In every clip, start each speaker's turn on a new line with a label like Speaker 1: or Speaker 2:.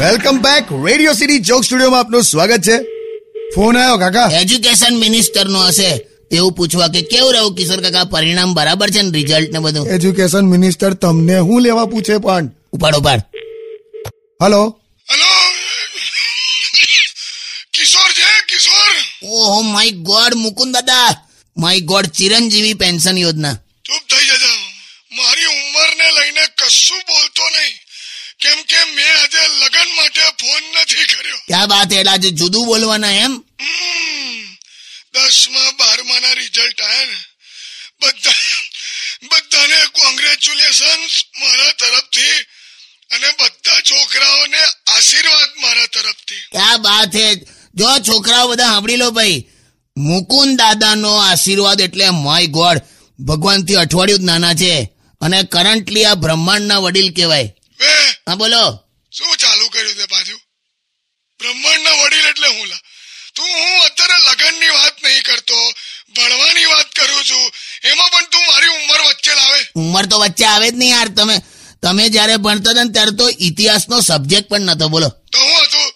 Speaker 1: Welcome back radio city joke સ્ટુડિયોમાં આપનું સ્વાગત છે ફોન આવ્યો કાકા
Speaker 2: એજ્યુકેશન મિનિસ્ટર નો હશે તેવું પૂછવા કે કેવું રહ્યું કિશોર કાકા પરિણામ બરાબર છે ને રિઝલ્ટ ને બધું
Speaker 1: એજ્યુકેશન મિનિસ્ટર તમને હું લેવા પૂછે પણ
Speaker 2: ઉપાડ ઉપાડ
Speaker 1: હલો
Speaker 3: હેલો કિશોર છે કિશોર
Speaker 2: ઓહો માય ગોડ મુકુંદ દાદા માય ગોડ ચિરંજીવી પેન્શન યોજના
Speaker 3: ચૂપ થઈ જજા મારી ઉંમરને લઈને કશું બોલતો નહીં કેમ કે મેં આજે લગ્ન માટે ફોન નથી કર્યો
Speaker 2: ક્યાં વાત એટલે આજે જુદું બોલવાના એમ
Speaker 3: હમ, દસમાં બારમાના રિઝલ્ટ આવ્યા ને બધા બધાને કોંગ્રેચ્યુલેશન મારા તરફથી અને બધા છોકરાઓને આશીર્વાદ મારા તરફથી
Speaker 2: ક્યાં વાત હે જો છોકરાઓ બધા સાંભળી લો ભાઈ મુકુંદ દાદાનો આશીર્વાદ એટલે માય ગોડ ભગવાનથી અઠવાડિયું જ નાના છે અને કરન્ટલી આ બ્રહ્માંડના વડીલ કહેવાય
Speaker 3: બે
Speaker 2: હા બોલો
Speaker 3: શું ચાલુ કર્યું તે પાછું બ્રહ્માંડના વડીલ એટલે હું લા તું હું અત્યારે લગ્નની વાત નહીં કરતો ભણવાની વાત કરું છું એમાં પણ તું મારી ઉંમર વચ્ચે લાવે
Speaker 2: ઉંમર તો વચ્ચે આવે જ નહીં યાર તમે તમે જ્યારે ભણતા હતા ને ત્યારે તો ઇતિહાસનો સબ્જેક્ટ પણ નતો બોલો
Speaker 3: તો હું હતું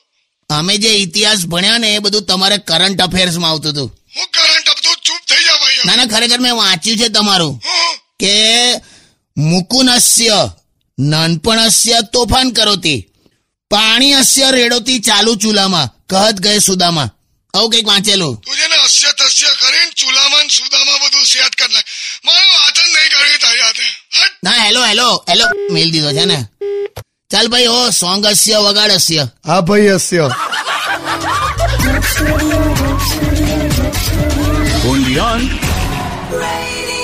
Speaker 2: અમે જે ઇતિહાસ ભણ્યા ને એ બધું તમારે કરંટ અફેર્સમાં આવતું હતું
Speaker 3: હું કરંટ અપ તું ચૂપ થઈ જા ભાઈ હવે.
Speaker 2: ના ના ખરેખર મેં વાંચ્યું છે તમારું
Speaker 3: હું
Speaker 2: કે મુકુનસ્ય નાનપણસ્ય તોફાન કરોતી પાણી અસ્ય રેડોતી ચાલુ ચૂલામાં કહત ગયે સુદામાં આવું કંઈક વાંચેલું
Speaker 3: તું છે ને અસ્ય તસ્ય કરીને ચૂલામાં ને સુદામાં બધું સેટ કરી નાખ મારે વાત જ નહીં કરવી તારી સાથે હટ
Speaker 2: ના હેલો હેલો હેલો મેલ દીધો છે ને ચાલ ભાઈ હો સોંગ અસ્ય વગાડ અસ્ય
Speaker 1: હા ભાઈ હસ્યો
Speaker 4: only on
Speaker 5: Radio